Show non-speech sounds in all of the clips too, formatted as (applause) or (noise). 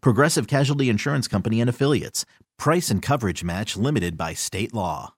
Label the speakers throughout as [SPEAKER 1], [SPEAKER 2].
[SPEAKER 1] Progressive Casualty Insurance Company and Affiliates. Price and coverage match limited by state law.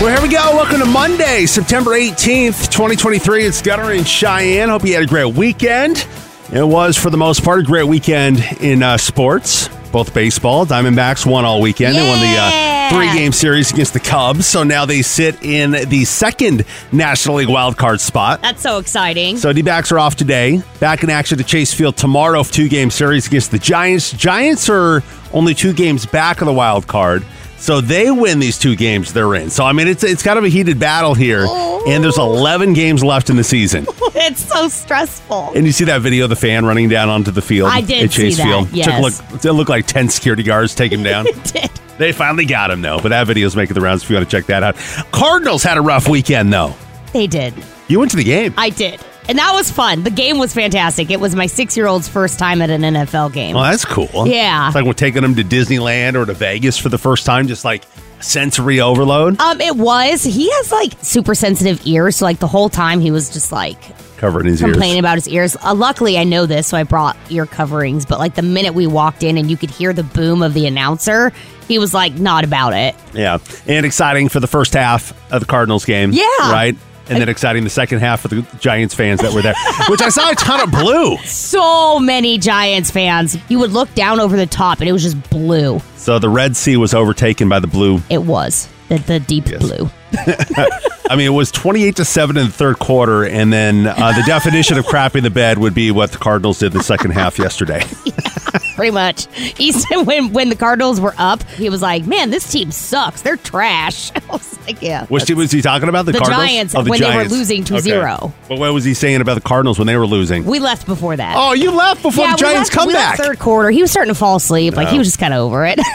[SPEAKER 2] Well, here we go. Welcome to Monday, September 18th, 2023. It's Gunner and Cheyenne. Hope you had a great weekend. It was, for the most part, a great weekend in uh, sports, both baseball. Diamondbacks won all weekend. They won the uh, three game series against the Cubs. So now they sit in the second National League wildcard spot.
[SPEAKER 3] That's so exciting.
[SPEAKER 2] So D backs are off today. Back in action to Chase Field tomorrow, two game series against the Giants. Giants are only two games back of the wild card. So they win these two games they're in. So I mean it's it's kind of a heated battle here. And there's
[SPEAKER 3] Oh.
[SPEAKER 2] eleven games left in the season.
[SPEAKER 3] (laughs) it's so stressful.
[SPEAKER 2] And you see that video of the fan running down onto the field
[SPEAKER 3] I did
[SPEAKER 2] at Chase
[SPEAKER 3] see that,
[SPEAKER 2] Field.
[SPEAKER 3] yes.
[SPEAKER 2] Took a look, it looked like ten security guards take
[SPEAKER 3] (laughs)
[SPEAKER 2] him down.
[SPEAKER 3] did.
[SPEAKER 2] they finally got him though, but that video's making the rounds if you want to check that out. Cardinals had a rough weekend though.
[SPEAKER 3] They did.
[SPEAKER 2] You went to the game.
[SPEAKER 3] I did. And that was fun. The game was fantastic. It was my six year old's first time at an NFL game.
[SPEAKER 2] Well, Oh, that's cool.
[SPEAKER 3] Yeah.
[SPEAKER 2] It's like we're taking them to Disneyland or to Vegas for the first time, just like sensory overload.
[SPEAKER 3] Um, it was. He has like super sensitive ears, so like the whole time he was just like
[SPEAKER 2] Covering his ears.
[SPEAKER 3] complaining about his ears. Uh, luckily, I know this, so I brought ear coverings. But like the minute we walked in and you could hear the boom of the announcer, he was like not about it.
[SPEAKER 2] Yeah. And exciting for the first half of the Cardinals game.
[SPEAKER 3] Yeah.
[SPEAKER 2] Right? And then exciting the second half for the Giants fans that were
[SPEAKER 3] (laughs)
[SPEAKER 2] there, which I saw a ton of blue.
[SPEAKER 3] So many Giants fans. You would look down over the top, and it was just blue.
[SPEAKER 2] So the Red Sea was overtaken by the blue.
[SPEAKER 3] It was the, the deep blue.
[SPEAKER 2] I mean, it was 28 to 7 in the third quarter. And then uh, the definition of crapping the bed would be what the Cardinals did in the second half yesterday. (laughs)
[SPEAKER 3] pretty much. (laughs) He said when when the Cardinals were up, he was like, "Man, this team sucks. They're trash." (laughs) I was like, "Yeah."
[SPEAKER 2] Which team was he talking about? The,
[SPEAKER 3] The
[SPEAKER 2] Cardinals?
[SPEAKER 3] Giants,
[SPEAKER 2] Oh, the
[SPEAKER 3] when they were
[SPEAKER 2] Giants.
[SPEAKER 3] losing to zero.
[SPEAKER 2] But what was he saying about the Cardinals when they were losing?
[SPEAKER 3] We left before that.
[SPEAKER 2] Oh, you left before
[SPEAKER 3] yeah,
[SPEAKER 2] the Giants
[SPEAKER 3] we left,
[SPEAKER 2] come
[SPEAKER 3] we left
[SPEAKER 2] back.
[SPEAKER 3] Third quarter, he was starting to fall asleep. Like he was just kind of over it. (laughs)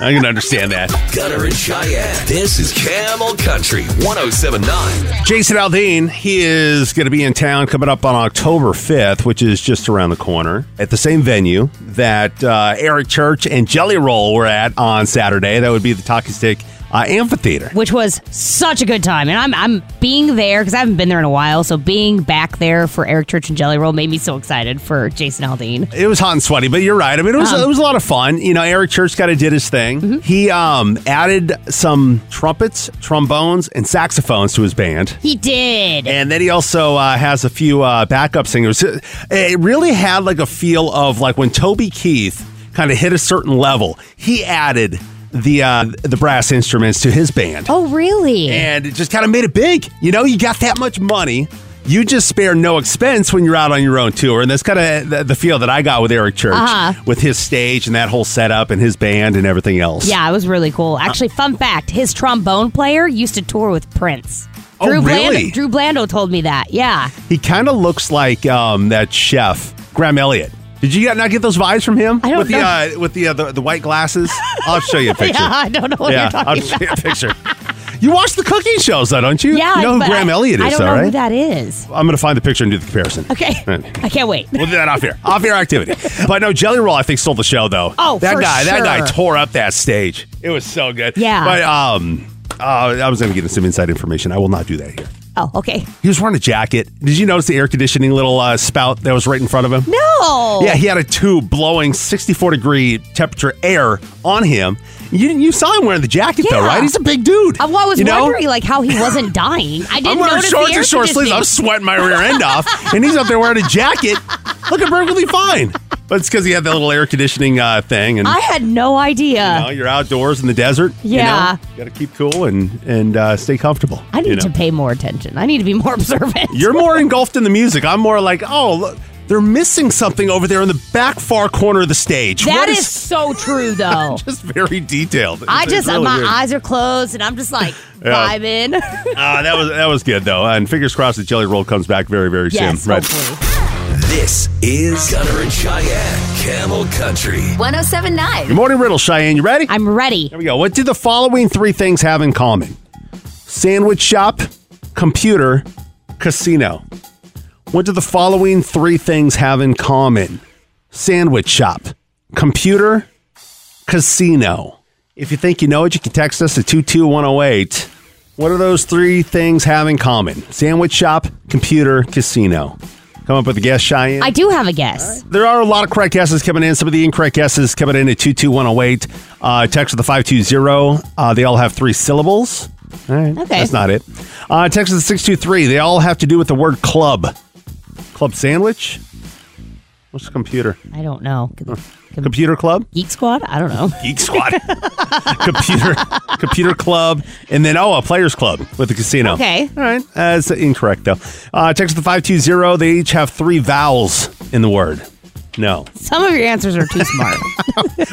[SPEAKER 2] I can understand that.
[SPEAKER 4] Gunner and Cheyenne. This is Camel Country 1079.
[SPEAKER 2] Jason Aldean, he is going to be in town coming up on October 5th, which is just around the corner, at the same venue that uh, Eric Church and Jelly Roll were at on Saturday. That would be the Talkie Stick uh, Amphitheater.
[SPEAKER 3] which was such a good time. And I'm I'm being there because I haven't been there in a while. So being back there for Eric Church and Jelly Roll made me so excited for Jason Aldean.
[SPEAKER 2] It was hot and sweaty, but you're right. I mean, it was
[SPEAKER 3] Um.
[SPEAKER 2] it was a lot of fun. You know, Eric Church kind of did his thing. He um, added some trumpets, trombones, and saxophones to his band.
[SPEAKER 3] He did.
[SPEAKER 2] And then he also uh, has a few uh, backup singers. It really had like a feel of like when Toby Keith kind of hit a certain level, he added the uh, the brass instruments to his band,
[SPEAKER 3] oh really?
[SPEAKER 2] and it just kind of made it big. You know, you got that much money. You just spare no expense when you're out on your own tour, and that's kind of the, the feel that I got with Eric Church,
[SPEAKER 3] Uh-huh.
[SPEAKER 2] with his stage and that whole setup and his band and everything else.
[SPEAKER 3] Yeah, it was really cool.
[SPEAKER 2] Uh,
[SPEAKER 3] Actually, fun fact: his trombone player used to tour with Prince.
[SPEAKER 2] Oh,
[SPEAKER 3] Drew
[SPEAKER 2] really?
[SPEAKER 3] Blando, Drew Blando told me that. Yeah,
[SPEAKER 2] he kind of looks like um, that chef Graham Elliott. Did you not get those vibes from him?
[SPEAKER 3] I don't
[SPEAKER 2] with
[SPEAKER 3] know.
[SPEAKER 2] The, uh, with the, uh, the the white glasses. I'll show you a picture.
[SPEAKER 3] (laughs) yeah. I don't know what
[SPEAKER 2] Yeah,
[SPEAKER 3] you're
[SPEAKER 2] I'll
[SPEAKER 3] talking
[SPEAKER 2] show
[SPEAKER 3] about.
[SPEAKER 2] you a picture. You watch the cooking shows, though, don't you?
[SPEAKER 3] Yeah,
[SPEAKER 2] you know who
[SPEAKER 3] but
[SPEAKER 2] Graham
[SPEAKER 3] I-
[SPEAKER 2] Elliott is,
[SPEAKER 3] I don't
[SPEAKER 2] though,
[SPEAKER 3] know
[SPEAKER 2] right?
[SPEAKER 3] who that is.
[SPEAKER 2] I'm going to find the picture and do the comparison.
[SPEAKER 3] Okay,
[SPEAKER 2] Right.
[SPEAKER 3] I can't wait.
[SPEAKER 2] We'll do that off here. Off air activity. But no, Jelly Roll, I think, stole the show, though.
[SPEAKER 3] Oh,
[SPEAKER 2] that
[SPEAKER 3] for
[SPEAKER 2] guy, that guy
[SPEAKER 3] sure.
[SPEAKER 2] tore up that stage. It was so good.
[SPEAKER 3] Yeah.
[SPEAKER 2] But um, uh, I was going to get some inside information. I will not do that here.
[SPEAKER 3] Oh, okay.
[SPEAKER 2] He was wearing a jacket. Did you notice the air conditioning little uh, spout that was right in front of him?
[SPEAKER 3] No.
[SPEAKER 2] Yeah, he had a tube blowing 64 degree temperature air on him. You you saw him wearing the jacket though,
[SPEAKER 3] Yeah.
[SPEAKER 2] right? He's a big dude.
[SPEAKER 3] Uh, well, I was
[SPEAKER 2] you know?
[SPEAKER 3] wondering like how
[SPEAKER 2] (laughs)
[SPEAKER 3] he wasn't dying. I didn't
[SPEAKER 2] I'm wearing
[SPEAKER 3] notice
[SPEAKER 2] shorts
[SPEAKER 3] the air
[SPEAKER 2] and short sleeves. I'm
[SPEAKER 3] conditioning.
[SPEAKER 2] sweating my rear end off, and he's up there wearing a jacket, looking perfectly fine. But it's because he had that little air conditioning uh, thing, and
[SPEAKER 3] I had no idea.
[SPEAKER 2] you know, you're outdoors in the desert.
[SPEAKER 3] Yeah.
[SPEAKER 2] you, know? got to keep cool and and uh, stay comfortable.
[SPEAKER 3] I need
[SPEAKER 2] you know?
[SPEAKER 3] to pay more attention. I need to be more (laughs) observant.
[SPEAKER 2] You're more engulfed in the music. I'm more like, oh, look, they're missing something over there in the back far corner of the stage.
[SPEAKER 3] That
[SPEAKER 2] What
[SPEAKER 3] is so true, though.
[SPEAKER 2] (laughs) just very detailed.
[SPEAKER 3] I
[SPEAKER 2] It's-
[SPEAKER 3] just uh,
[SPEAKER 2] it's really
[SPEAKER 3] my
[SPEAKER 2] weird.
[SPEAKER 3] eyes are closed and I'm just like
[SPEAKER 2] (laughs) Yeah.
[SPEAKER 3] vibing. (laughs)
[SPEAKER 2] Ah, that was that was good though, and fingers crossed the jelly roll comes back very very
[SPEAKER 3] yes,
[SPEAKER 2] soon. Right.
[SPEAKER 3] hopefully.
[SPEAKER 4] This is Gunner and Cheyenne, Camel Country.
[SPEAKER 5] 1079.
[SPEAKER 2] Good morning, Riddle Cheyenne. You ready?
[SPEAKER 3] I'm ready.
[SPEAKER 2] Here we go. What do the following three things have in common? Sandwich shop, computer, casino. What do the following three things have in common? Sandwich shop, computer, casino. If you think you know it, you can text us at 22108. What do those three things have in common? Sandwich shop, computer, casino. Come up with a guess, Cheyenne.
[SPEAKER 3] I do have a guess.
[SPEAKER 2] There are a lot of correct guesses coming in. Some of the incorrect guesses coming in at 22108. Uh, text with the 520. Uh, they all have three syllables. All right.
[SPEAKER 3] Okay.
[SPEAKER 2] That's not it. Uh, text with the 623. They all have to do with the word club. Club sandwich? What's the computer?
[SPEAKER 3] I don't know. Com-
[SPEAKER 2] Computer club?
[SPEAKER 3] Geek Squad? I don't know.
[SPEAKER 2] Geek
[SPEAKER 3] (laughs)
[SPEAKER 2] Squad. computer computer club. And then, oh, a players club with the casino.
[SPEAKER 3] Okay.
[SPEAKER 2] All right. That's incorrect, though. Uh, text with the 520. They each have three vowels in the word. No.
[SPEAKER 3] Some of your answers are
[SPEAKER 2] (laughs)
[SPEAKER 3] too smart.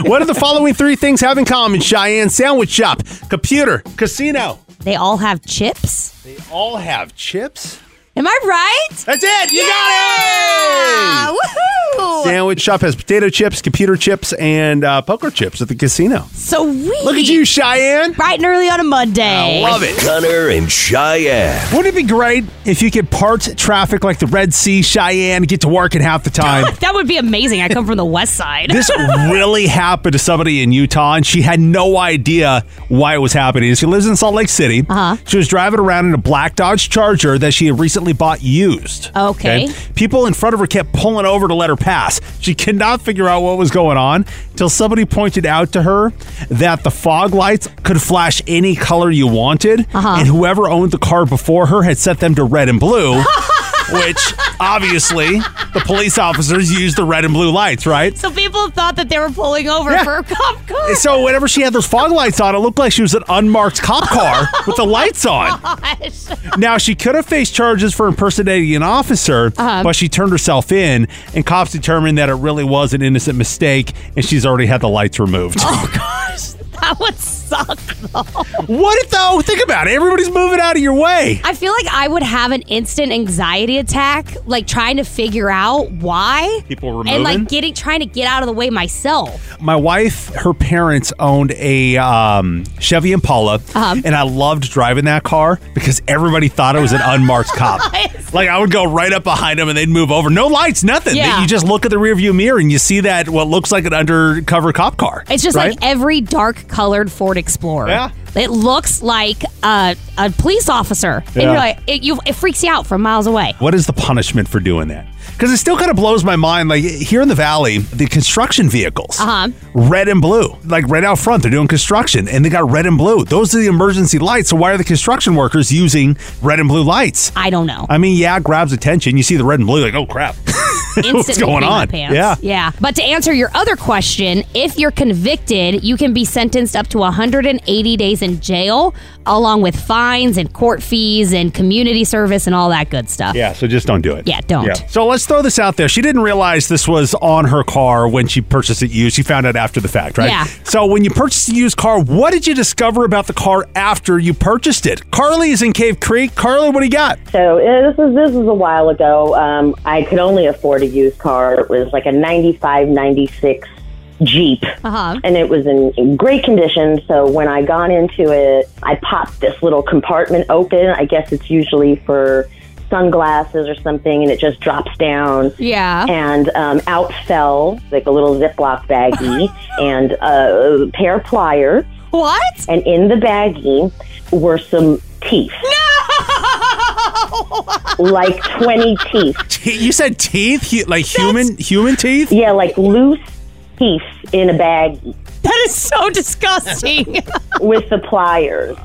[SPEAKER 2] What do the following three things have in common? Cheyenne Sandwich Shop, computer, casino.
[SPEAKER 3] they all have chips.
[SPEAKER 2] They all have chips.
[SPEAKER 3] Am I right?
[SPEAKER 2] That's it. You got
[SPEAKER 3] Yeah!
[SPEAKER 2] it.
[SPEAKER 3] Woohoo!
[SPEAKER 2] Sandwich Shop has potato chips, computer chips, and uh, poker chips at the casino.
[SPEAKER 3] So we
[SPEAKER 2] Look at you, Oh, Cheyenne.
[SPEAKER 3] bright and early on a Monday.
[SPEAKER 2] Love it.
[SPEAKER 4] Gunner and Cheyenne.
[SPEAKER 2] Wouldn't it be great if you could part traffic like the Red Sea, Cheyenne, get to work in half the time?
[SPEAKER 3] That would be amazing. I come from the west side.
[SPEAKER 2] this really happened to somebody in Utah, and she had no idea why it was happening. She lives in Salt Lake City.
[SPEAKER 3] Uh-huh.
[SPEAKER 2] She was driving around in a black Dodge Charger that she had recently bought used.
[SPEAKER 3] Okay.
[SPEAKER 2] People in front of her kept pulling over to let her pass. She could not figure out what was going on till somebody pointed out to her that the fog lights could flash any color you wanted,
[SPEAKER 3] Uh-huh.
[SPEAKER 2] and whoever owned the car before her had set them to red and blue. (laughs) Which obviously the police officers used the red and blue lights, right?
[SPEAKER 3] (laughs) so people thought that they were pulling over
[SPEAKER 2] Yeah.
[SPEAKER 3] for a cop car.
[SPEAKER 2] And so whenever she had those fog lights on, it looked like she was an unmarked cop car with the lights
[SPEAKER 3] (laughs)
[SPEAKER 2] on.
[SPEAKER 3] Oh Gosh.
[SPEAKER 2] Now she could have faced charges for impersonating an officer,
[SPEAKER 3] Uh-huh.
[SPEAKER 2] but she turned herself in, and cops determined that it really was an innocent mistake, and she's already had the lights removed.
[SPEAKER 3] Oh gosh, (laughs) that would suck.
[SPEAKER 2] what if though? Think about it. Everybody's moving out of your way.
[SPEAKER 3] I feel like I would have an instant anxiety attack, like trying to figure out why
[SPEAKER 2] People were
[SPEAKER 3] and like
[SPEAKER 2] moving?
[SPEAKER 3] getting trying to get out of the way myself.
[SPEAKER 2] My wife, her parents owned a um, Chevy Impala,
[SPEAKER 3] Uh-huh.
[SPEAKER 2] and I loved driving that car because everybody thought it was an
[SPEAKER 3] (laughs)
[SPEAKER 2] unmarked cop. Like I would go right up behind them and they'd move over. No lights, nothing.
[SPEAKER 3] Yeah.
[SPEAKER 2] You just look at the rearview mirror and you see that what looks like an undercover cop car.
[SPEAKER 3] It's just
[SPEAKER 2] right?
[SPEAKER 3] like every dark colored Ford Explorer.
[SPEAKER 2] Yeah.
[SPEAKER 3] It looks like a, a police officer. And
[SPEAKER 2] Yeah.
[SPEAKER 3] you're like, it, you, it freaks you out from miles away.
[SPEAKER 2] What is the punishment for doing that? Because it still kind of blows my mind. Like here in the valley, the construction vehicles,
[SPEAKER 3] Uh-huh.
[SPEAKER 2] red and blue, like right out front, they're doing construction and they got red and blue. Those are the emergency lights. So why are the construction workers using red and blue lights?
[SPEAKER 3] I don't know.
[SPEAKER 2] I mean, yeah, it grabs attention. You see the red and blue, like oh crap, (laughs) what's
[SPEAKER 3] Instantly
[SPEAKER 2] going
[SPEAKER 3] pee my
[SPEAKER 2] on?
[SPEAKER 3] pants.
[SPEAKER 2] Yeah.
[SPEAKER 3] Yeah. But to answer your other question, if you're convicted, you can be sentenced up to 180 days in jail, along with fines and court fees and community service and all that good stuff.
[SPEAKER 2] Yeah, so just don't do it.
[SPEAKER 3] Yeah, don't.
[SPEAKER 2] So let's throw this out there. She didn't realize this was on her car when she purchased it used. She found out after the fact, right?
[SPEAKER 3] Yeah.
[SPEAKER 2] So when you purchased a used car, what did you discover about the car after you purchased it? Carly is in Cave Creek. Carly, what do you got?
[SPEAKER 6] So uh, this is this was a while ago. Um, I could only afford a used car. It was like a 95, 96 Jeep,
[SPEAKER 3] Uh-huh.
[SPEAKER 6] and it was in, in great condition. So when I got into it, I popped this little compartment open. I guess it's usually for sunglasses or something, and it just drops down.
[SPEAKER 3] Yeah.
[SPEAKER 6] And um, out fell like a little Ziploc
[SPEAKER 3] (laughs)
[SPEAKER 6] baggie and uh, a pair of pliers,
[SPEAKER 3] What?
[SPEAKER 6] and in the baggie were some teeth.
[SPEAKER 3] (laughs)
[SPEAKER 6] like 20 teeth.
[SPEAKER 2] Te- you said teeth, Hu- like human human teeth.
[SPEAKER 6] Yeah, like loose teeth in a bag.
[SPEAKER 3] That is so disgusting.
[SPEAKER 6] (laughs) with the pliers.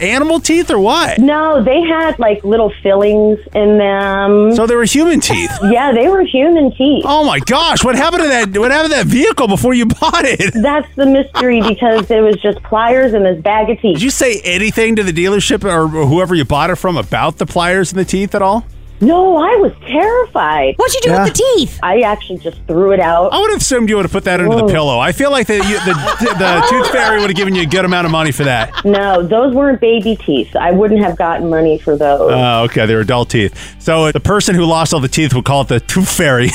[SPEAKER 2] Animal teeth or what?
[SPEAKER 6] No, they had like little fillings in them.
[SPEAKER 2] So they were human teeth.
[SPEAKER 6] yeah, they were human teeth.
[SPEAKER 2] Oh my gosh! What happened to that? What happened to that vehicle before you (laughs) bought it?
[SPEAKER 6] That's the mystery because it was just pliers and this bag of teeth.
[SPEAKER 2] Did you say anything to the dealership or whoever you bought it from about the pliers and the teeth at all?
[SPEAKER 6] no, I was terrified.
[SPEAKER 3] What'd you do with the teeth?
[SPEAKER 6] I actually just threw it out.
[SPEAKER 2] I would have assumed you would have put that under the
[SPEAKER 6] Whoa.
[SPEAKER 2] pillow. I feel like the, you, the the tooth fairy would have given you a good amount of money for that.
[SPEAKER 6] No, those weren't baby teeth. I wouldn't have gotten money for those.
[SPEAKER 2] Oh, okay. They were adult teeth. So uh, the person who lost all the teeth would call it the tooth fairy. (laughs)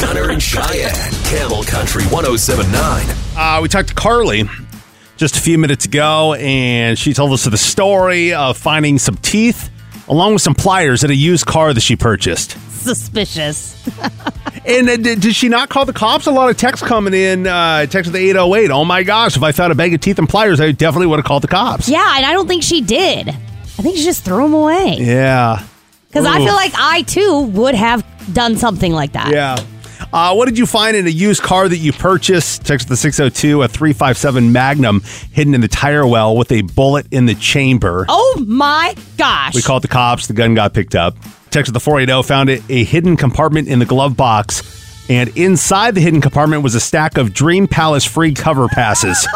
[SPEAKER 4] Gunner and Cheyenne, Camel Country 1079.
[SPEAKER 2] Uh, we talked to Carly just a few minutes ago, and she told us the story of finding some teeth along with some pliers at a used car that she purchased.
[SPEAKER 3] Suspicious.
[SPEAKER 2] And uh, did, did she not call the cops? A lot of texts coming in, uh, text with the 808. Oh my gosh, if I found a bag of teeth and pliers, I definitely would have called the cops.
[SPEAKER 3] Yeah, and I don't think she did. I think she just threw them away.
[SPEAKER 2] Yeah.
[SPEAKER 3] Because I
[SPEAKER 2] Ooh.
[SPEAKER 3] feel like I too would have done something like that.
[SPEAKER 2] Yeah. Uh, what did you find in a used car that you purchased? Text the 602 a 357 Magnum hidden in the tire well with a bullet in the chamber.
[SPEAKER 3] Oh my gosh.
[SPEAKER 2] We called the cops. The gun got picked up. Texted the 480, found it a hidden compartment in the glove box. And inside the hidden compartment was a stack of Dream Palace free cover passes.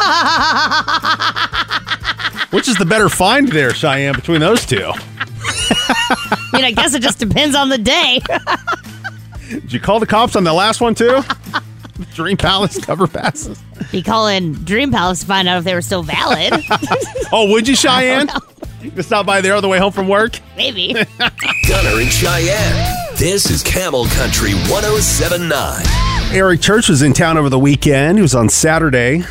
[SPEAKER 2] Which is the better find there, Cheyenne, between those two?
[SPEAKER 3] I mean, I guess it just depends on the day. (laughs)
[SPEAKER 2] Did you call the cops on the last one, too? Dream Palace cover passes.
[SPEAKER 3] Be calling Dream Palace to find out if they were
[SPEAKER 2] (laughs)
[SPEAKER 3] still valid.
[SPEAKER 2] Oh, would you, Cheyenne? You can stop by there on the way home from work?
[SPEAKER 3] Maybe.
[SPEAKER 4] Gunner and Cheyenne, this is Camel Country 1079.
[SPEAKER 2] Eric Church was in town over the weekend. He was on Saturday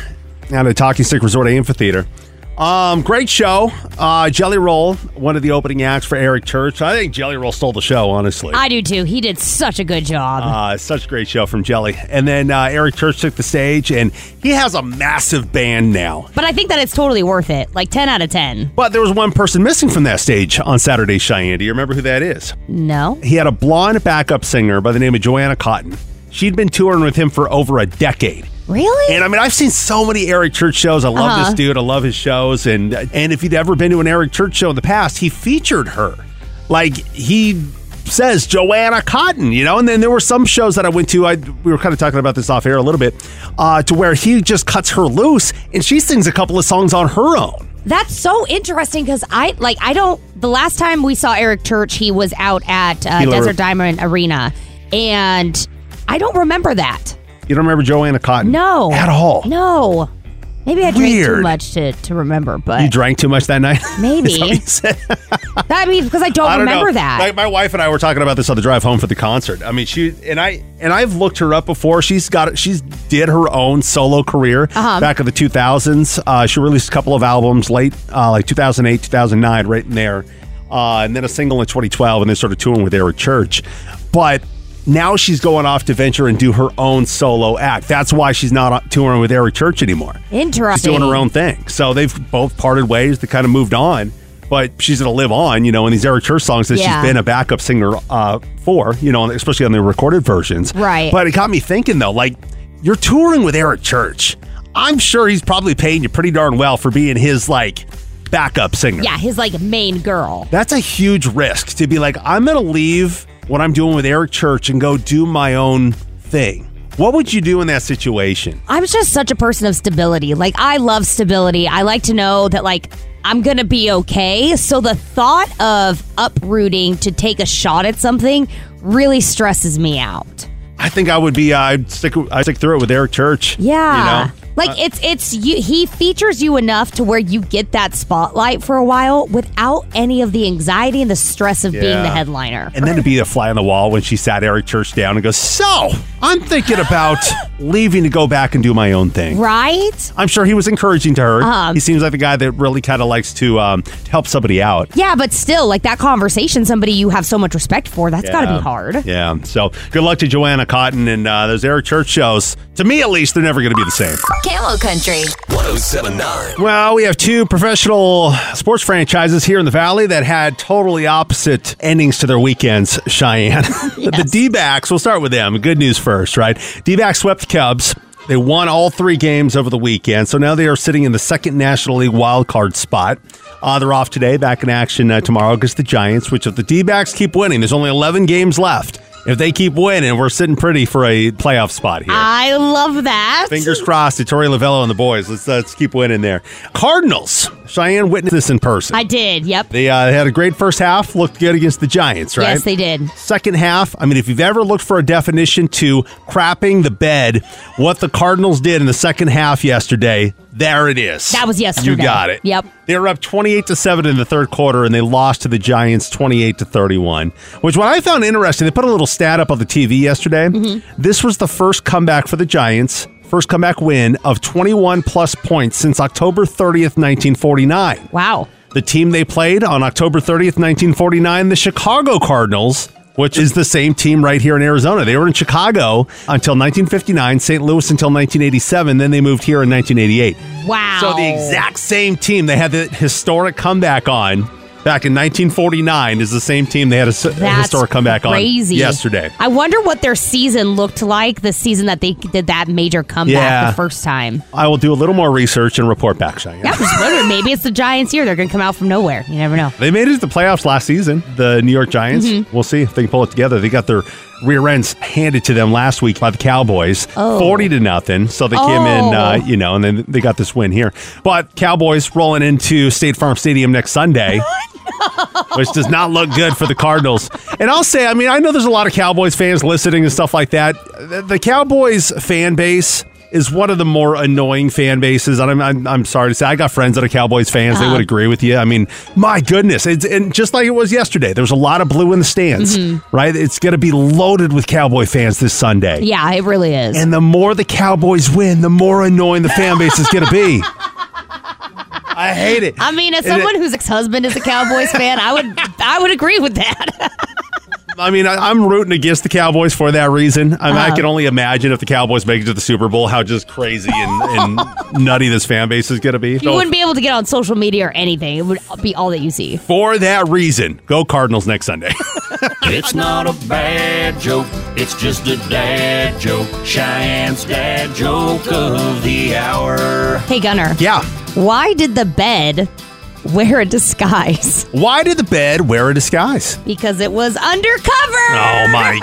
[SPEAKER 2] out at Talking Stick Resort Amphitheater. Um, great show. Uh, Jelly Roll, one of the opening acts for Eric Church. I think Jelly Roll stole the show, honestly.
[SPEAKER 3] I do too. He did such a good job.
[SPEAKER 2] Uh, such a great show from Jelly. And then uh, Eric Church took the stage, and he has a massive band now.
[SPEAKER 3] but I think that it's totally worth it. Like 10 out of 10.
[SPEAKER 2] But there was one person missing from that stage on Saturday, Cheyenne. Do you remember who that is?
[SPEAKER 3] No.
[SPEAKER 2] He had a blonde backup singer by the name of Joanna Cotton. She'd been touring with him for over a decade.
[SPEAKER 3] Really?
[SPEAKER 2] And I mean, I've seen so many Eric Church shows. I love
[SPEAKER 3] Uh-huh.
[SPEAKER 2] this dude. I love his shows. And and if you'd ever been to an Eric Church show in the past, he featured her. Like he says Joanna Cotton, you know. And then there were some shows that I went to. I we were kind of talking about this off air a little bit, uh, to where he just cuts her loose and she sings a couple of songs on her own.
[SPEAKER 3] That's so interesting because I like I don't. The last time we saw Eric Church, he was out at uh,
[SPEAKER 2] Gila-
[SPEAKER 3] Desert Diamond Arena, and I don't remember that.
[SPEAKER 2] You don't remember Joanna Cotton?
[SPEAKER 3] No,
[SPEAKER 2] at all.
[SPEAKER 3] No, maybe I drank
[SPEAKER 2] Weird.
[SPEAKER 3] too much to to remember, but
[SPEAKER 2] You drank too much that night. (laughs)
[SPEAKER 3] maybe.
[SPEAKER 2] Is that what you said?
[SPEAKER 3] I mean, because I don't,
[SPEAKER 2] I don't
[SPEAKER 3] remember
[SPEAKER 2] know.
[SPEAKER 3] that.
[SPEAKER 2] Like my wife and I were talking about this on the drive home for the concert. I mean, she and I and I've looked her up before. She's got she's did her own solo career
[SPEAKER 3] Uh-huh.
[SPEAKER 2] back in the 2000s. Uh, she released a couple of albums late, uh, like 2008, 2009, right in there, uh, and then a single in 2012, and then started touring with Eric Church. But now she's going off to venture and do her own solo act. That's why she's not touring with Eric Church anymore. She's
[SPEAKER 3] Interesting.
[SPEAKER 2] doing her own thing. So they've both parted ways. They kind of moved on, but she's going to live on, you know, in these Eric Church songs that
[SPEAKER 3] Yeah.
[SPEAKER 2] she's been a backup singer uh, for, you know, especially on the recorded versions.
[SPEAKER 3] Right.
[SPEAKER 2] But it got me thinking, though, like, you're touring with Eric Church. I'm sure he's probably paying you pretty darn well for being his, like, backup singer.
[SPEAKER 3] Yeah, his like main girl.
[SPEAKER 2] That's a huge risk to be like, I'm going to leave what I'm doing with Eric Church and go do my own thing. What would you do in that situation?
[SPEAKER 3] I'm just such a person of stability. Like I love stability. I like to know that like I'm going to be okay. So the thought of uprooting to take a shot at something really stresses me out.
[SPEAKER 2] I think I would be. Uh, I'd stick. I stick through it with Eric Church.
[SPEAKER 3] Yeah.
[SPEAKER 2] You know? Uh,
[SPEAKER 3] Like it's it's you he features you enough to where you get that spotlight for a while without any of the anxiety and the stress of being the
[SPEAKER 2] Yeah.
[SPEAKER 3] headliner.
[SPEAKER 2] And then to be the fly on the wall when she sat Eric Church down and goes, "So I'm thinking about leaving to go back and do my own thing."
[SPEAKER 3] Right?
[SPEAKER 2] I'm sure he was encouraging to her. he seems like the guy that really kind of likes to, um, to help somebody out.
[SPEAKER 3] Yeah, but still like that conversation somebody you have so much respect for, that's got to be hard.
[SPEAKER 2] Yeah. So good luck to Joanna Cotton and uh, those Eric Church shows. To me, at least, they're never going to be the same.
[SPEAKER 5] Camel Country.
[SPEAKER 4] 1079.
[SPEAKER 2] Well, we have two professional sports franchises here in the Valley that had totally opposite endings to their weekends, Cheyenne. (laughs) The D backs, we'll start with them. Good news first, right? D backs swept the Cubs. They won all three games over the weekend. So now they are sitting in the second National League wildcard spot. Uh, they're off today, back in action uh, tomorrow against the Giants, which if the D backs keep winning, there's only 11 games left. If they keep winning, we're sitting pretty for a playoff spot here.
[SPEAKER 3] I love that.
[SPEAKER 2] Fingers crossed to Tori Lavello and the boys. Let's let's keep winning there. Cardinals. Cheyenne witnessed this in person.
[SPEAKER 3] I did. Yep.
[SPEAKER 2] they uh, had a great first half. Looked good against the Giants, right?
[SPEAKER 3] Yes, they did.
[SPEAKER 2] Second half. I mean, if you've ever looked for a definition to crapping the bed, what the Cardinals did in the second half yesterday, there it is.
[SPEAKER 3] That was yesterday.
[SPEAKER 2] You got it.
[SPEAKER 3] Yep.
[SPEAKER 2] They were up 28 to 7 in the third quarter and they lost to the Giants 28 to 31, which what I found interesting, they put a little stat up on the TV yesterday.
[SPEAKER 3] Mm-hmm.
[SPEAKER 2] This was the first comeback for the Giants, first comeback win of 21 plus points since October 30th, 1949.
[SPEAKER 3] Wow.
[SPEAKER 2] The team they played on October 30th, 1949, the Chicago Cardinals, which is the same team right here in Arizona. They were in Chicago until 1959, St. Louis until 1987, then they moved here in 1988.
[SPEAKER 3] Wow.
[SPEAKER 2] So the exact same team they had the historic comeback on back in 1949 is the same team they had a, s- a
[SPEAKER 3] That's
[SPEAKER 2] historic comeback
[SPEAKER 3] crazy.
[SPEAKER 2] on yesterday.
[SPEAKER 3] I wonder what their season looked like the season that they did that major comeback
[SPEAKER 2] Yeah.
[SPEAKER 3] the first time.
[SPEAKER 2] I will do a little more research and report back, Cheyenne.
[SPEAKER 3] I was wondering, maybe it's the Giants year. They're going to come out from nowhere. You never know.
[SPEAKER 2] They made it to the playoffs last season, the New York Giants. We'll see if they can pull it together. They got their rear ends handed to them last week by the Cowboys, 40 to nothing. So they came in, uh,
[SPEAKER 3] Oh.
[SPEAKER 2] you know, and then they got this win here. But Cowboys rolling into State Farm Stadium next Sunday. Which does not look good for the Cardinals. And I'll say, I mean, I know there's a lot of Cowboys fans listening and stuff like that. The- The Cowboys fan base is one of the more annoying fan bases. And I'm, I'm, I'm sorry to say, I got friends that are Cowboys fans. They would agree with you. I mean, my goodness. It's, and just like it was yesterday, there's a lot of blue in the stands, right? It's going to be loaded with Cowboy fans this Sunday.
[SPEAKER 3] Yeah, it really is.
[SPEAKER 2] And the more the Cowboys win, the more annoying the fan base is going to be. I hate it.
[SPEAKER 3] I mean, as
[SPEAKER 2] And it-
[SPEAKER 3] someone whose ex-husband is a Cowboys fan, I would I would agree with that.
[SPEAKER 2] I mean, I, I'm rooting against the Cowboys for that reason. I, mean, I
[SPEAKER 3] Uh-huh.
[SPEAKER 2] can only imagine if the Cowboys make it to the Super Bowl, how just crazy and, (laughs) and nutty this fan base is going to be.
[SPEAKER 3] You
[SPEAKER 2] So
[SPEAKER 3] wouldn't be able to get on social media or anything. It would be all that you see.
[SPEAKER 2] for that reason, go Cardinals next Sunday.
[SPEAKER 7] It's not a bad joke. It's just a dad joke. Cheyenne's dad joke of the hour.
[SPEAKER 3] Hey, Gunner,
[SPEAKER 2] (laughs) yeah.
[SPEAKER 3] why did the bed wear a disguise?
[SPEAKER 2] Why did the bed wear a disguise?
[SPEAKER 3] Because it was undercover.
[SPEAKER 2] Oh my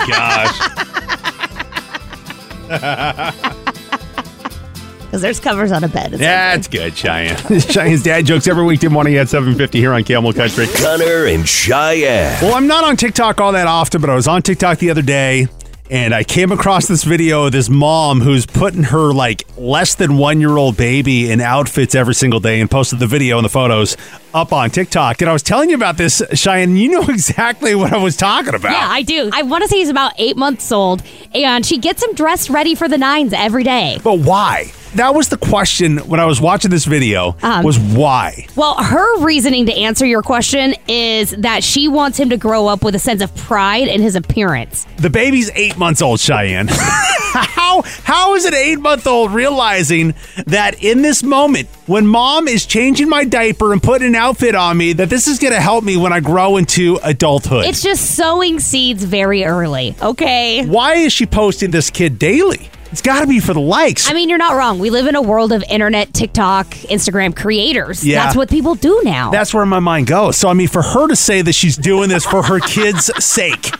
[SPEAKER 2] (laughs) gosh.
[SPEAKER 3] Because there's covers on a bed. It's
[SPEAKER 2] That's good, Cheyenne. (laughs) Cheyenne's dad jokes every weekday morning at 7.50 here on Camel Country.
[SPEAKER 4] Gunner and Cheyenne.
[SPEAKER 2] Well, I'm not on TikTok all that often, but I was on TikTok the other day and I came across this video of this mom who's putting her like less than one year old baby in outfits every single day and posted the video and the photos up on TikTok. And I was telling you about this, Cheyenne. You know (laughs) exactly what I was talking about.
[SPEAKER 3] Yeah, I do. I want to say he's about eight months old, and she gets him dressed ready for the nines every day.
[SPEAKER 2] but why? That was the question when I was watching this video
[SPEAKER 3] Um,
[SPEAKER 2] was why?
[SPEAKER 3] Well, her reasoning to answer your question is that she wants him to grow up with a sense of pride in his appearance.
[SPEAKER 2] The baby's eight months old, Cheyenne. (laughs) how how is an eight month old realizing that in this moment, when mom is changing my diaper and putting an outfit on me, that this is going to help me when I grow into adulthood?
[SPEAKER 3] It's just sowing seeds very early, okay?
[SPEAKER 2] Why is she posting this kid daily? It's got to be for the likes.
[SPEAKER 3] I mean, you're not wrong. We live in a world of internet, TikTok, Instagram creators.
[SPEAKER 2] Yeah.
[SPEAKER 3] That's what people do now.
[SPEAKER 2] That's where my mind goes. So I mean, for her to say that she's doing this for her kids' sake.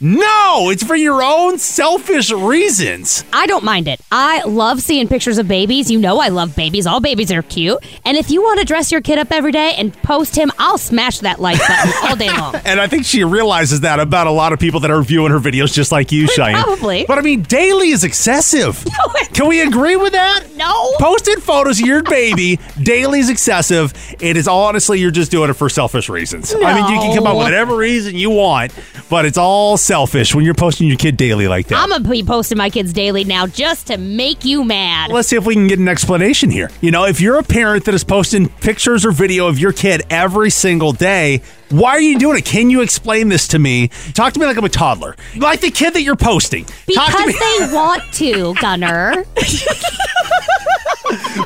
[SPEAKER 2] No, it's for your own selfish reasons.
[SPEAKER 3] I don't mind it. I love seeing pictures of babies. You know I love babies. All babies are cute. And if you want to dress your kid up every day and post him, I'll smash that like button all day long. (laughs)
[SPEAKER 2] And I think she realizes that about a lot of people that are viewing her videos just like you, Cheyenne.
[SPEAKER 3] (laughs) Probably.
[SPEAKER 2] But I mean, daily is
[SPEAKER 3] (laughs)
[SPEAKER 2] excessive.
[SPEAKER 3] it's-
[SPEAKER 2] Can we agree with that?
[SPEAKER 3] No.
[SPEAKER 2] Posted photos of your baby daily is excessive. It is honestly, you're just doing it for selfish reasons. I mean, you can come up with
[SPEAKER 3] No.
[SPEAKER 2] whatever reason you want, but it's all selfish when you're posting your kid daily like that.
[SPEAKER 3] I'm going to be posting my kids daily now just to make you mad.
[SPEAKER 2] Let's see if we can get an explanation here. You know, if you're a parent that is posting pictures or video of your kid every single day, why are you doing it? Can you explain this to me? Talk to me like I'm a toddler, like the kid that you're posting. Talk to (laughs)
[SPEAKER 3] Because
[SPEAKER 2] me.
[SPEAKER 3] they want to, Gunner.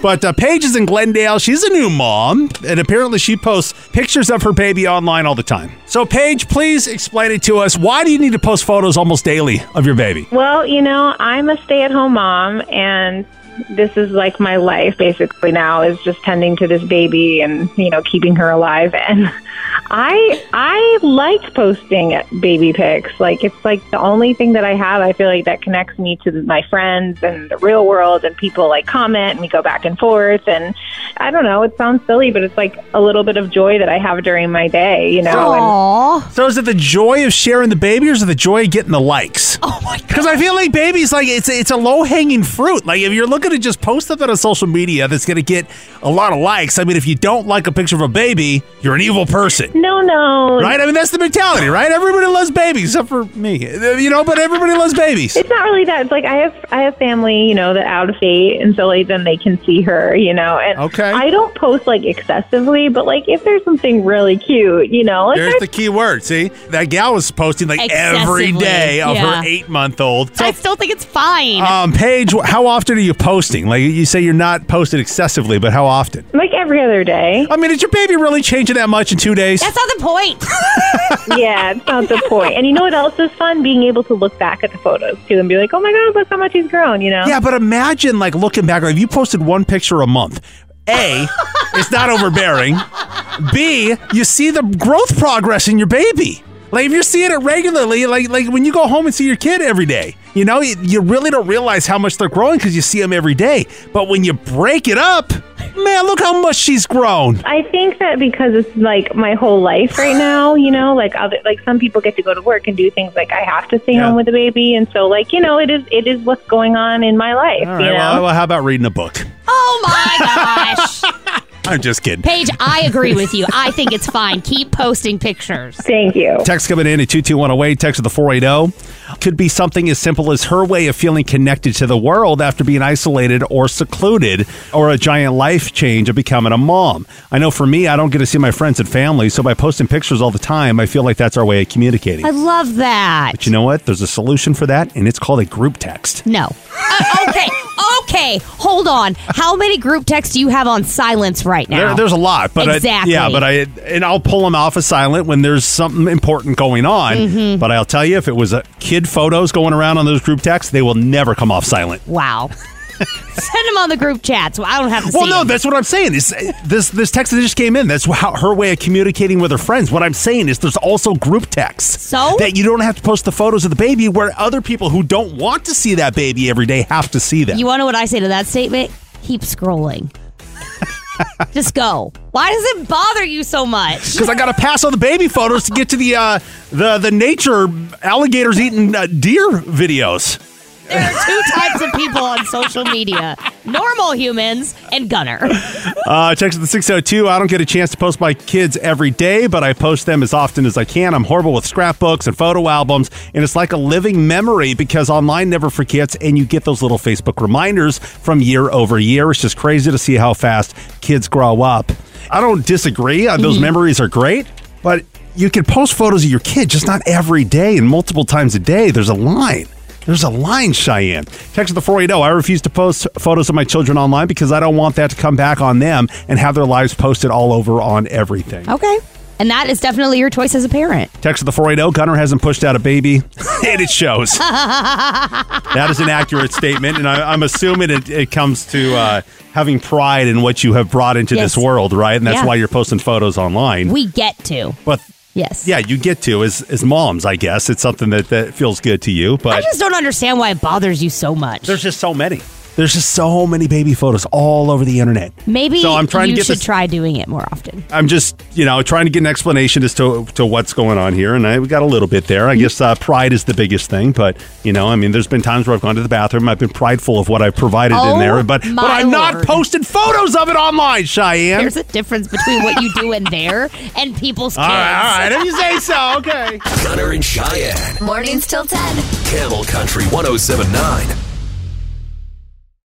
[SPEAKER 2] But uh, Paige is in Glendale. She's a new mom, and apparently she posts pictures of her baby online all the time. So, Paige, please explain it to us. Why do you need to post photos almost daily of your baby?
[SPEAKER 5] Well, you know, I'm a stay-at-home mom, and this is like my life basically now is just tending to this baby and you know keeping her alive. (laughs) And I I like posting baby pics. Like it's like the only thing that I have. I feel like that connects me to my friends and the real world, and people like comment and we go back and forth. And I don't know. It sounds silly, but it's like a little bit of joy that I have during my day. You know. And,
[SPEAKER 3] Aww.
[SPEAKER 2] So, is it the joy of sharing the baby, or is it the joy of getting the likes?
[SPEAKER 3] Oh my god.
[SPEAKER 2] Because I feel like babies, like it's it's a low hanging fruit. Like if you're looking to just post something on social media that's going to get a lot of likes. I mean, if you don't like a picture of a baby, you're an evil person,
[SPEAKER 5] no, no,
[SPEAKER 2] right? I mean, that's the mentality, right? Everybody loves babies, except for me, Uh, you know. But everybody loves babies.
[SPEAKER 5] It's not really that. It's like I have I have family, you know, that out of state, and so like then they can see her, you know. And
[SPEAKER 2] Okay.
[SPEAKER 5] I don't post like excessively, but like if there's something really cute, you know, like
[SPEAKER 2] There's
[SPEAKER 5] I-
[SPEAKER 2] the key word. See, that gal was posting like every
[SPEAKER 3] Excessively,
[SPEAKER 2] day of
[SPEAKER 3] yeah.
[SPEAKER 2] her eight month old.
[SPEAKER 3] I still think it's fine.
[SPEAKER 2] um, Paige, how often are you posting? Like you say, you're not posted excessively, but how often?
[SPEAKER 5] like every other day.
[SPEAKER 2] I mean, is your baby really changing that much in two days?
[SPEAKER 3] That's not the point.
[SPEAKER 5] yeah, it's not the point. And you know what else is fun? Being able to look back at the photos too and be like, oh my god, look how much he's grown, you know.
[SPEAKER 2] Yeah, but imagine like looking back, like if you posted one picture a month, A, it's not overbearing. B, you see the growth progress in your baby. Like if you're seeing it regularly, like like when you go home and see your kid every day, you know, you, you really don't realize how much they're growing because you see them every day. But when you break it up, man, look how much she's grown.
[SPEAKER 5] I think that because it's like my whole life right now, you know, like other like some people get to go to work and do things like I have to stay
[SPEAKER 2] Yeah.
[SPEAKER 5] home with the baby, and so like you know, it is it is what's going on in my life,
[SPEAKER 2] All
[SPEAKER 5] you
[SPEAKER 2] right,
[SPEAKER 5] know.
[SPEAKER 2] well, well, how about reading a book?
[SPEAKER 3] Oh
[SPEAKER 2] (laughs)
[SPEAKER 3] my gosh.
[SPEAKER 2] I'm just kidding.
[SPEAKER 3] Paige, I agree with you. I think it's fine. Keep posting pictures.
[SPEAKER 5] Thank you.
[SPEAKER 2] Text coming in at 22108, text of the 480. Could be something as simple as her way of feeling connected to the world after being isolated or secluded, or a giant life change of becoming a mom. I know for me, I don't get to see my friends and family, so by posting pictures all the time, I feel like that's our way of communicating.
[SPEAKER 3] I love that.
[SPEAKER 2] But you know what? There's a solution for that, and it's called a group text.
[SPEAKER 3] No. Uh, okay. Okay. Hold on. How many group texts do you have on silence right now?
[SPEAKER 2] There, there's a lot, but I-
[SPEAKER 3] Exactly.
[SPEAKER 2] yeah, but I and I'll pull them off of silent when there's something important going on.
[SPEAKER 3] Mm-hmm.
[SPEAKER 2] But I'll tell you, if it was a kid photos going around on those group texts, they will never come off silent. (laughs)
[SPEAKER 3] wow. Send them on the group chat so I don't have to
[SPEAKER 2] Well,
[SPEAKER 3] see
[SPEAKER 2] no,
[SPEAKER 3] 'em.
[SPEAKER 2] that's what I'm saying. This this this text that just came in. That's how, her way of communicating with her friends. What I'm saying is, there's also group texts,
[SPEAKER 3] So?
[SPEAKER 2] that you don't have to post the photos of the baby, where other people who don't want to see that baby every day have to see them.
[SPEAKER 3] You want to know what I say to that statement?
[SPEAKER 2] (laughs)
[SPEAKER 3] Keep scrolling. Just go. Why does it bother you
[SPEAKER 2] (laughs)
[SPEAKER 3] so much?
[SPEAKER 2] because I got to pass all the baby photos to get to the uh, the the nature alligators eating uh, deer videos.
[SPEAKER 3] There are two types of people on social media normal humans and Gunner.
[SPEAKER 2] Uh, text the 602. I don't get a chance to post my kids every day, but I post them as often as I can. I'm horrible with scrapbooks and photo albums, and it's like a living memory because online never forgets, and you get those little Facebook reminders from year over year. It's just crazy to see how fast kids grow up. I don't disagree. Uh, Those memories are great, but you can post photos of your kid, just not every day and multiple times a day. There's a line. There's a line, Cheyenne. Text the 480. I refuse to post photos of my children online because I don't want that to come back on them and have their lives posted all over on everything.
[SPEAKER 3] Okay. And that is definitely your choice as a parent.
[SPEAKER 2] Text the 480. Gunner hasn't pushed out a baby, (laughs) and it
[SPEAKER 3] (laughs)
[SPEAKER 2] shows. that is an accurate statement, and I, I'm assuming it, it comes to uh, having pride in what you have brought into
[SPEAKER 3] Yes.
[SPEAKER 2] this world, right? And that's
[SPEAKER 3] Yeah.
[SPEAKER 2] why you're posting photos online.
[SPEAKER 3] We get to.
[SPEAKER 2] but
[SPEAKER 3] Yes.
[SPEAKER 2] yeah, you get to as as moms, I guess. It's something that that feels good to you, but
[SPEAKER 3] I just don't understand why it bothers you so much.
[SPEAKER 2] There's just so many. There's just so many baby photos all over the internet.
[SPEAKER 3] Maybe
[SPEAKER 2] So I'm trying
[SPEAKER 3] you
[SPEAKER 2] to get
[SPEAKER 3] should
[SPEAKER 2] this.
[SPEAKER 3] try doing it more often.
[SPEAKER 2] I'm just you know trying to get an explanation as to to what's going on here, and I we got a little bit there. I guess uh, pride is the biggest thing, but you know, I mean, there's been times where I've gone to the bathroom, I've been prideful of what I've provided in
[SPEAKER 3] Oh,
[SPEAKER 2] there, but
[SPEAKER 3] my
[SPEAKER 2] but I'm not
[SPEAKER 3] Lord.
[SPEAKER 2] posting photos of it online, Cheyenne.
[SPEAKER 3] There's a difference between what you do in there and people's kids.
[SPEAKER 2] all right, all right, if you say so, okay.
[SPEAKER 4] Gunner and Cheyenne.
[SPEAKER 8] Mornings till 10.
[SPEAKER 4] Camel Country 1079.